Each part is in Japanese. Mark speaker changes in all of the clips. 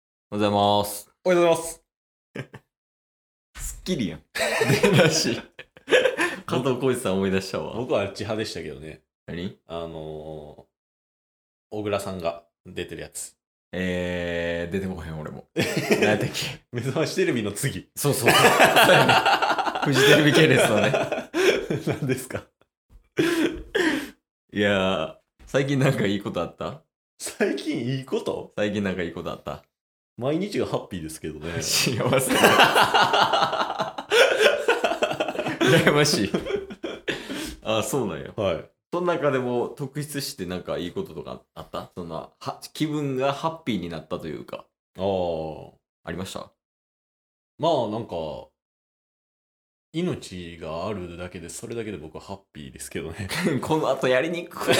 Speaker 1: おはようございます。
Speaker 2: おはようございま す。
Speaker 1: すっきりやん。出だし。加藤浩次さん思い出したわ。
Speaker 2: 僕はあっち派でしたけどね。
Speaker 1: 何
Speaker 2: あのー、小倉さんが出てるやつ。
Speaker 1: えー、出てこへん俺も。何やったっけ
Speaker 2: 目覚ましテレビの次。
Speaker 1: そうそうそう。そうやね。 フジテレビ系列のね。
Speaker 2: 何ですか
Speaker 1: いやー、最近なんかいいことあった
Speaker 2: 最近いいこと
Speaker 1: 最近なんかいいことあ った
Speaker 2: 毎日がハッピーですけ どね。
Speaker 1: 幸せ。羨ましい。あ、そうなんや。
Speaker 2: はい。
Speaker 1: その中でも特筆してなんかいいこととかあったそんな、は気分がハッピーになったというか、
Speaker 2: ああ。
Speaker 1: ありました
Speaker 2: まあなんか、命があるだけで、それだけで僕はハッピーです けどね。
Speaker 1: この後やりにくい。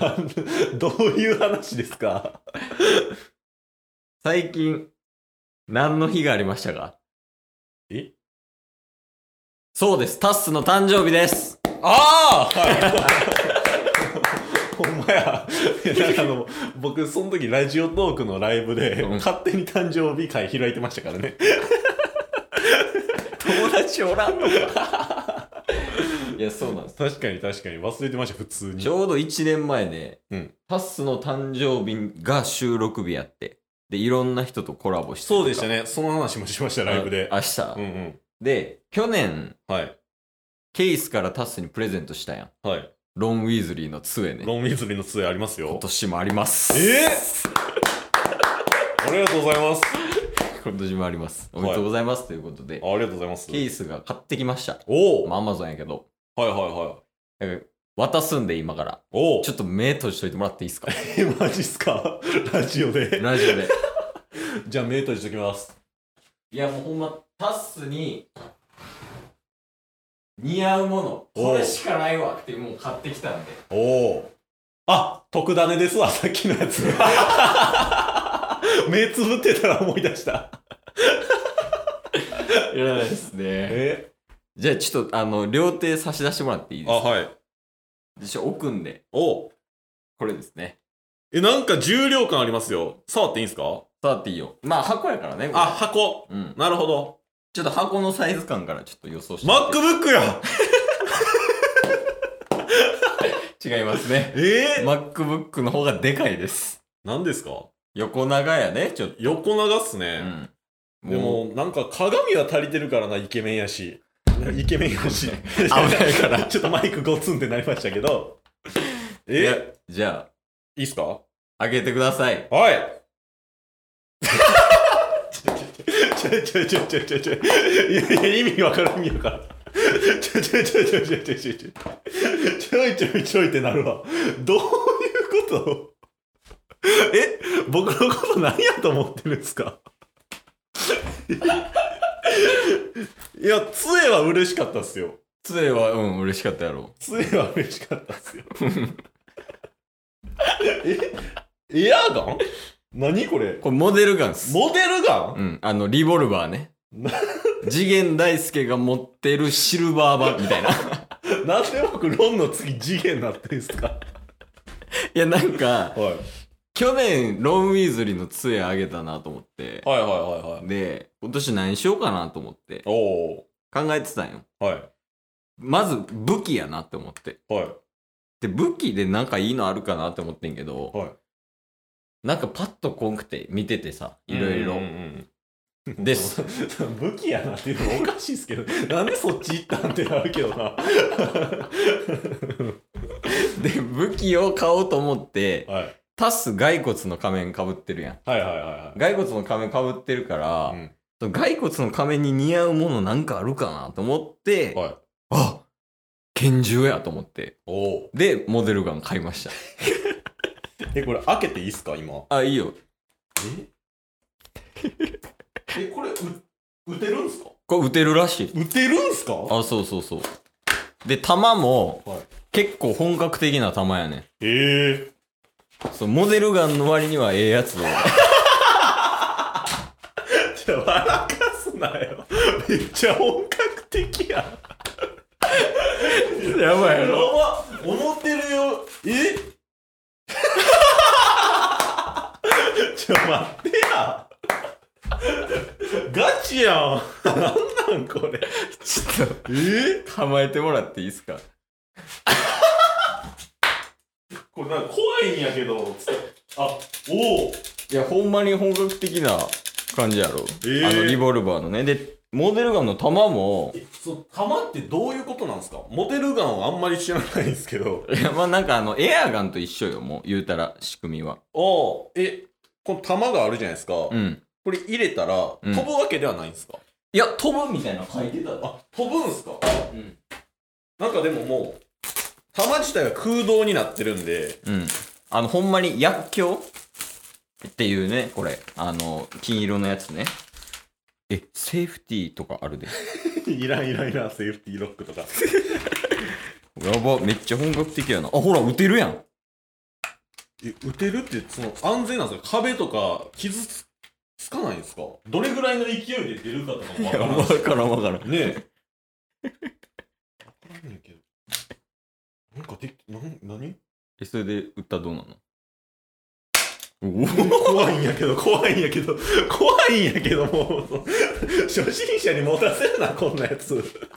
Speaker 2: なんどういう話ですか
Speaker 1: 最近、何の日がありましたか
Speaker 2: え
Speaker 1: そうです。タッスの誕生日です。
Speaker 2: ああはい。ほんまや。いやなんかあの、僕、その時、ラジオトークのライブで、
Speaker 1: うん
Speaker 2: 勝手に誕生日会開いてましたからね。
Speaker 1: 友達おらんのか いや、そうなんです。
Speaker 2: 確かに確かに、忘れてました、普通に
Speaker 1: ち。ょうど1年前で、
Speaker 2: うん
Speaker 1: タッスの誕生日が収録日やって、で、いろんな人とコラボして。
Speaker 2: そうでした。ね。その話もしました、ライブで
Speaker 1: あ。明日、
Speaker 2: うんうん。
Speaker 1: で、去年、
Speaker 2: はい。
Speaker 1: ケイスからタッスにプレゼントしたやん。
Speaker 2: はい。
Speaker 1: ロン・ウィーズリーの杖ね。
Speaker 2: ロン・ウィズリーの杖ありますよ
Speaker 1: 今。年もあります。
Speaker 2: えありがとうございます。
Speaker 1: 今年もあります。おめでとうございます。ということで
Speaker 2: あ、ありがとうございます。
Speaker 1: ケイスが買ってきました。
Speaker 2: おお、
Speaker 1: まあ、アマゾンやけど。
Speaker 2: はいはいはい。
Speaker 1: えー渡すんで、今から。
Speaker 2: おお
Speaker 1: ちょっと目閉じといてもらっていいですか
Speaker 2: え、マジっすかラジオで。
Speaker 1: ラジオで。
Speaker 2: じゃあ目閉じときます。
Speaker 1: いや、もうほんま、タッスに、似合うもの、
Speaker 2: おう
Speaker 1: これしかないわってもう買ってきたんで。
Speaker 2: おお。あ、特ダネですわ、 さっきのやつ。目つぶってたら思い出した。
Speaker 1: いらないですね。
Speaker 2: え
Speaker 1: じゃあ、ちょっと、あの、両手差し出してもらっていい
Speaker 2: あ、
Speaker 1: ですか
Speaker 2: はい。
Speaker 1: 私、置くんで、
Speaker 2: おお。
Speaker 1: これですね。
Speaker 2: え、なんか重量感ありますよ。触っていいんすか
Speaker 1: 触っていいよ。まあ、箱やからね。これ
Speaker 2: あ、、箱。
Speaker 1: うん。
Speaker 2: なるほど。
Speaker 1: ちょっと箱のサイズ感からちょっと予想してみて。
Speaker 2: MacBook や
Speaker 1: 違いますね。
Speaker 2: え
Speaker 1: MacBook の方がでかいです。
Speaker 2: 何ですか
Speaker 1: 横長やね、ちょっと。
Speaker 2: 横長っす
Speaker 1: う
Speaker 2: ね。
Speaker 1: ん。
Speaker 2: でも、なんか鏡は足りてるからな、イケメンやし。イケメンやし。危。
Speaker 1: ないから
Speaker 2: ちょっとマイクゴツンってなりましたけど。
Speaker 1: いや
Speaker 2: え、
Speaker 1: じゃ
Speaker 2: いいっすか
Speaker 1: あ、開けてください。
Speaker 2: はい。ちょちょちょちょちょちょちょ。いやいや、意味わからん、意味わからん。ちょちょちょちょちょちょちょちょ。ちょいちょいちょいってなるわ。どういうことえ、僕のこと何やと思ってるんですかいや、杖は嬉しかったっすよ。
Speaker 1: 杖は、うん、嬉しかったやろ。
Speaker 2: 杖は嬉しかったっすよ。え、エアガン何これ
Speaker 1: これ、モデルガンっす。
Speaker 2: モデルガン
Speaker 1: うん、あの、リボルバー ね
Speaker 2: な。
Speaker 1: 次元大介が持ってるシルバー版みたいな。い
Speaker 2: なんで僕ロンの次次元になってんすか
Speaker 1: や、なんか、
Speaker 2: はい
Speaker 1: 去年、ロン・ウィーズリーの杖あげたなと思って。
Speaker 2: はいはいはいはい
Speaker 1: で、今年何しようかなと思って、
Speaker 2: おお
Speaker 1: 考えてたんよ。
Speaker 2: はい
Speaker 1: まず、武器やなって思って。
Speaker 2: はい
Speaker 1: で、武器でなんかいいのあるかなって思ってんけど、
Speaker 2: はい
Speaker 1: なんかパッとこんくて、見ててさ、いろいろ。
Speaker 2: で
Speaker 1: です
Speaker 2: 武器やなっていうのおかしいっ すけどなんでそっち行ったんってなるけどなは
Speaker 1: で、武器を買おうと思って
Speaker 2: い、はい
Speaker 1: タス骸骨の仮面被ってるやん。
Speaker 2: はいはいはい
Speaker 1: 骸骨の仮面被ってるから、
Speaker 2: うん
Speaker 1: その骸骨の仮面に似合うものなんかあるかなと思って、
Speaker 2: はい
Speaker 1: あ拳銃やと思って。
Speaker 2: おお
Speaker 1: で、モデルガン買いました。
Speaker 2: えこれ開けていいっすか今
Speaker 1: あ、いいよ。
Speaker 2: ええこれう撃てるんすか
Speaker 1: これ撃てるらしい。
Speaker 2: 撃てるんすかは
Speaker 1: あ、そうそうそう。で、弾も
Speaker 2: い
Speaker 1: 結構本格的な弾やねん。
Speaker 2: ええ
Speaker 1: そうモデルガンの割にはええやつを。
Speaker 2: じゃあ笑かすなよめっちゃ本格的やん
Speaker 1: やばい
Speaker 2: や。ば思ってるよえ ちょ、待ってや。ガチやん。なんなんこれ。
Speaker 1: ちょっ
Speaker 2: えー
Speaker 1: と構えてもらっていいですか
Speaker 2: これなんか怖いんやけど、つってあ、おお
Speaker 1: いやほんまに本格的な感じやろ、
Speaker 2: ー
Speaker 1: あのリボルバーのねでモデルガンの弾も
Speaker 2: えそう、弾ってどういうことなんですかモデルガンはあんまり知らないんですけど。
Speaker 1: いやまあなんかあのエアガンと一緒よもう言うたら仕組みは
Speaker 2: おえ、この弾があるじゃないですか。
Speaker 1: うん
Speaker 2: これ入れたら、
Speaker 1: うん
Speaker 2: 飛ぶわけではないんですか
Speaker 1: いや飛ぶみたいなの書いてたで
Speaker 2: あ、飛ぶんすか
Speaker 1: うん
Speaker 2: なんかでももう、弾自体が空洞になってるん で、
Speaker 1: うんあのほんまに薬莢っていうねこれあの金色のやつねえセーフティーとかあるで
Speaker 2: いらんいらんいらん、セーフティーロックとか。
Speaker 1: やばめっちゃ本格的やなあほら撃てるやん
Speaker 2: え、撃てるって、その、安全なんですか壁とか、傷つ、つかないんですかどれぐらいの勢いで出るかとかもわからん
Speaker 1: わからんわからん
Speaker 2: ねえ。わかんないけど。なんかで、なん、何
Speaker 1: えそれで撃ったらどうなのおお
Speaker 2: 怖いんやけど、怖いんやけど、怖いんやけど、もう、初心者に持たせるな、こんなやつ。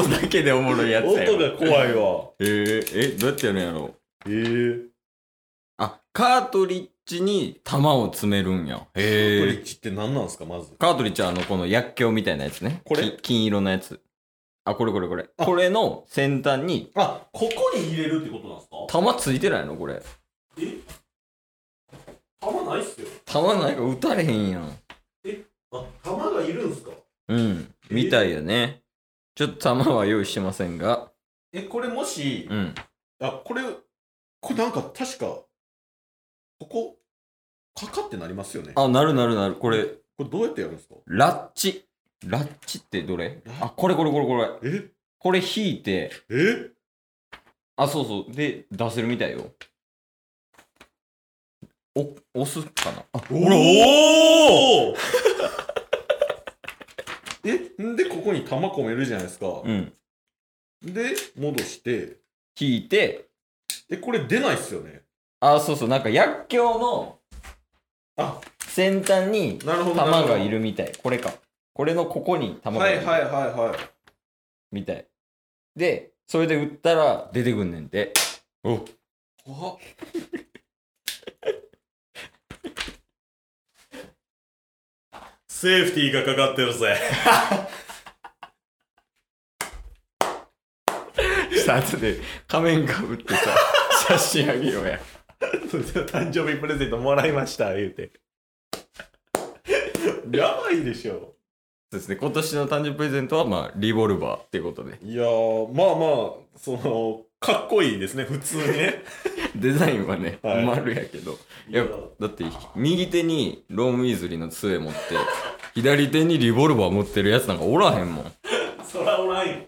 Speaker 1: 音だけでおもろいやつや
Speaker 2: 音が怖いわ。
Speaker 1: えー、えどうやってやるんやろう
Speaker 2: えー。
Speaker 1: あカートリッジに弾を詰めるんやへ
Speaker 2: ブ
Speaker 1: え
Speaker 2: リッジって何なんですか、まず。
Speaker 1: カートリッジはあの、この薬莢みたいなやつね。
Speaker 2: これ
Speaker 1: き金色のやつ。あ、これこれこれ。
Speaker 2: あ
Speaker 1: これの先端に、
Speaker 2: あ、ここに入れるってことなんですか
Speaker 1: 弾ついてないのこれ。
Speaker 2: え弾ないっすよ。
Speaker 1: 弾ないから撃たれへんやん。
Speaker 2: あ、弾がいるんすか
Speaker 1: うん。
Speaker 2: え
Speaker 1: みたいよね。ちょっと弾は用意してませんが。
Speaker 2: え、これもし、
Speaker 1: うん。
Speaker 2: あ、これ、これなんか確か、ここ、かかってなりますよね。
Speaker 1: あ、なるなるなる。これ、
Speaker 2: これどうやってやるんですか
Speaker 1: ラッチ。ラッチってどれあ、これこれこれこれ。
Speaker 2: え
Speaker 1: これ引いて、
Speaker 2: え
Speaker 1: あ、そうそう。で、出せるみたいよ。お、押すかなあ、
Speaker 2: おお えんでここに玉込めるじゃないですか、
Speaker 1: うん。
Speaker 2: で戻して
Speaker 1: 引いて、
Speaker 2: えこれ出ないっすよね
Speaker 1: あ、そうそう、なんか薬莢の
Speaker 2: あ
Speaker 1: 先端に
Speaker 2: なるほど
Speaker 1: 玉
Speaker 2: なるほ
Speaker 1: が
Speaker 2: ど
Speaker 1: いるみたい。これか。これのここに玉が
Speaker 2: はいい
Speaker 1: る
Speaker 2: はいはいはい
Speaker 1: みたい。で、それで打ったら出てくんねんて。お
Speaker 2: 怖っセーフティーがかかってるぜ
Speaker 1: さあ、後で仮面かぶって さ、写真あげようや。
Speaker 2: 誕生日プレゼントもらいました言うて やばいでしょ
Speaker 1: そうですね、今年の誕生日プレゼントは、まあ、リボルバーってことで。
Speaker 2: いやーまあまあそのかっこいいですね普通にね
Speaker 1: デザインはね、
Speaker 2: はい
Speaker 1: 丸やけど。 いや
Speaker 2: いや、
Speaker 1: だって、右手にロームウィーズリーの杖持って、左手にリボルバー持ってるやつなんかおらへんもん。
Speaker 2: そらおらんよ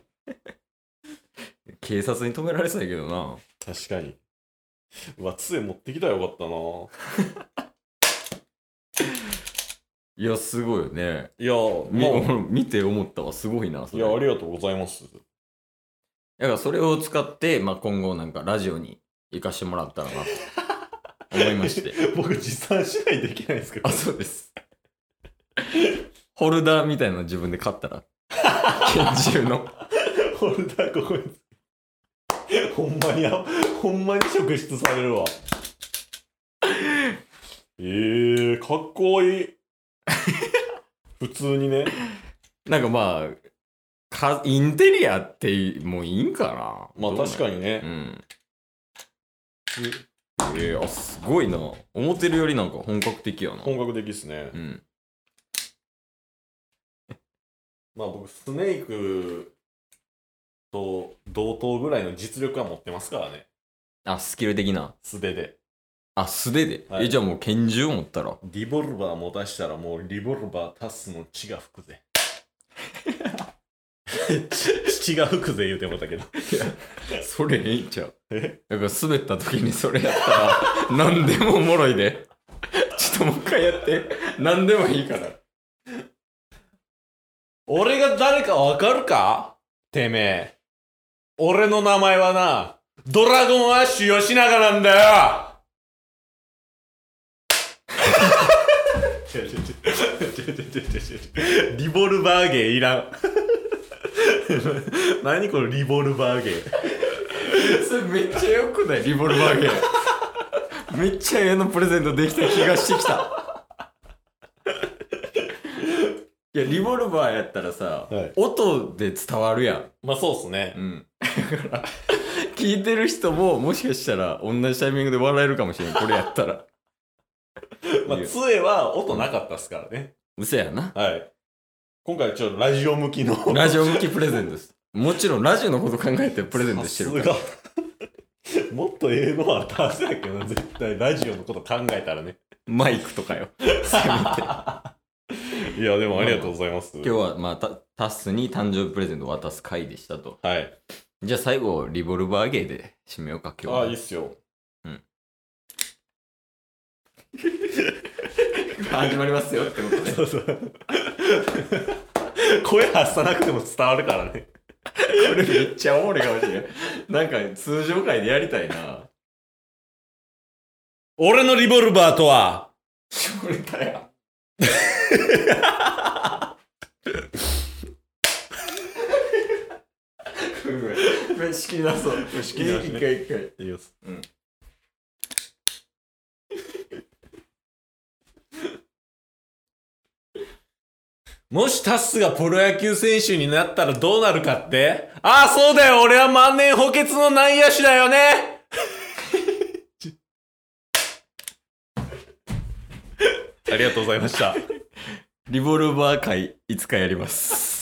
Speaker 1: 警察に止められそうやけどな。
Speaker 2: 確かにうわ杖持ってきたらよかったない
Speaker 1: や、すごいよね。
Speaker 2: いやー
Speaker 1: み
Speaker 2: まあ
Speaker 1: 見て思ったわ。すごいな、そ
Speaker 2: い
Speaker 1: れ。
Speaker 2: やありがとうございます
Speaker 1: だからそれを使って、まあ、今後なんかラジオに行かしてもらったらな、と思いまして。
Speaker 2: 僕持参しないといけないんですけど
Speaker 1: あ、そうです。ホルダーみたいなの自分で買った ら。拳銃の。
Speaker 2: ホルダーここにほんまにあほんまに職質されるわえー、かっこいい普通にね
Speaker 1: なんかまあ、かインテリアってもういいんかな。
Speaker 2: まあ確か
Speaker 1: に。
Speaker 2: に
Speaker 1: う
Speaker 2: ね、
Speaker 1: ん。えー、あ、すごいな。思ってるよりなんか本格的やな。
Speaker 2: 本格的っすね、
Speaker 1: うん。
Speaker 2: まあ僕スネークと同等ぐらいの実力は持ってますからね
Speaker 1: あ、スキル的な。
Speaker 2: 素手で
Speaker 1: あ、素手で。
Speaker 2: はい
Speaker 1: え、じゃあもう拳銃持ったら。
Speaker 2: リボルバー持たしたらもうリボルバー足すの血が 吹くぜ血が吹くぜ言うてもったけど
Speaker 1: それええんちゃう
Speaker 2: え
Speaker 1: だから滑った時にそれやったら何でもおもろいでちょっともう一回やって何でもいいから
Speaker 2: 俺が誰かわかるかてめえ。俺の名前はな、ドラゴンアッシュ吉永なんだよ違う違う違う違う違う違う違う リボルバーゲーいらん 何このリボルバーゲー
Speaker 1: それめっちゃよくないリボルバーゲーめっちゃ絵のプレゼントできた気がしてきたいやリボルバーやったらさ、
Speaker 2: はい
Speaker 1: 音で伝わるやん
Speaker 2: まあそうっすね
Speaker 1: うんだから聞いてる人ももしかしたら同じタイミングで笑えるかもしれんこれやったら
Speaker 2: まあ杖は音なかったっすからね
Speaker 1: 嘘やな
Speaker 2: はい今回ちょっとラジオ向きの
Speaker 1: ラジオ向きプレゼントですもちろんラジオのこと考えてプレゼントしてるから
Speaker 2: さすが もっと英語は出せなきゃな絶対ラジオのこと考えたらね
Speaker 1: マイクとかよ
Speaker 2: いやでもありがとうございます、
Speaker 1: 今日はまあたタッスに誕生日プレゼントを渡す回でしたと
Speaker 2: はい
Speaker 1: じゃあ最後リボルバーゲーで締めようか今日は
Speaker 2: あいいっすよ
Speaker 1: 始まりますよってこと で
Speaker 2: そうそう 声発さなくても伝わるからね
Speaker 1: これめっちゃおもろいかもしれないなんか通常回でやりたいな
Speaker 2: 俺のリボルバーとは
Speaker 1: これだよごめん仕切りなそう仕
Speaker 2: 切り直しね
Speaker 1: 一回一回
Speaker 2: いいです
Speaker 1: うん
Speaker 2: もしタスがプロ野球選手になったらどうなるかってああそうだよ俺は万年補欠の内野手だ よねありがとうございました
Speaker 1: リボルバー会いつかやります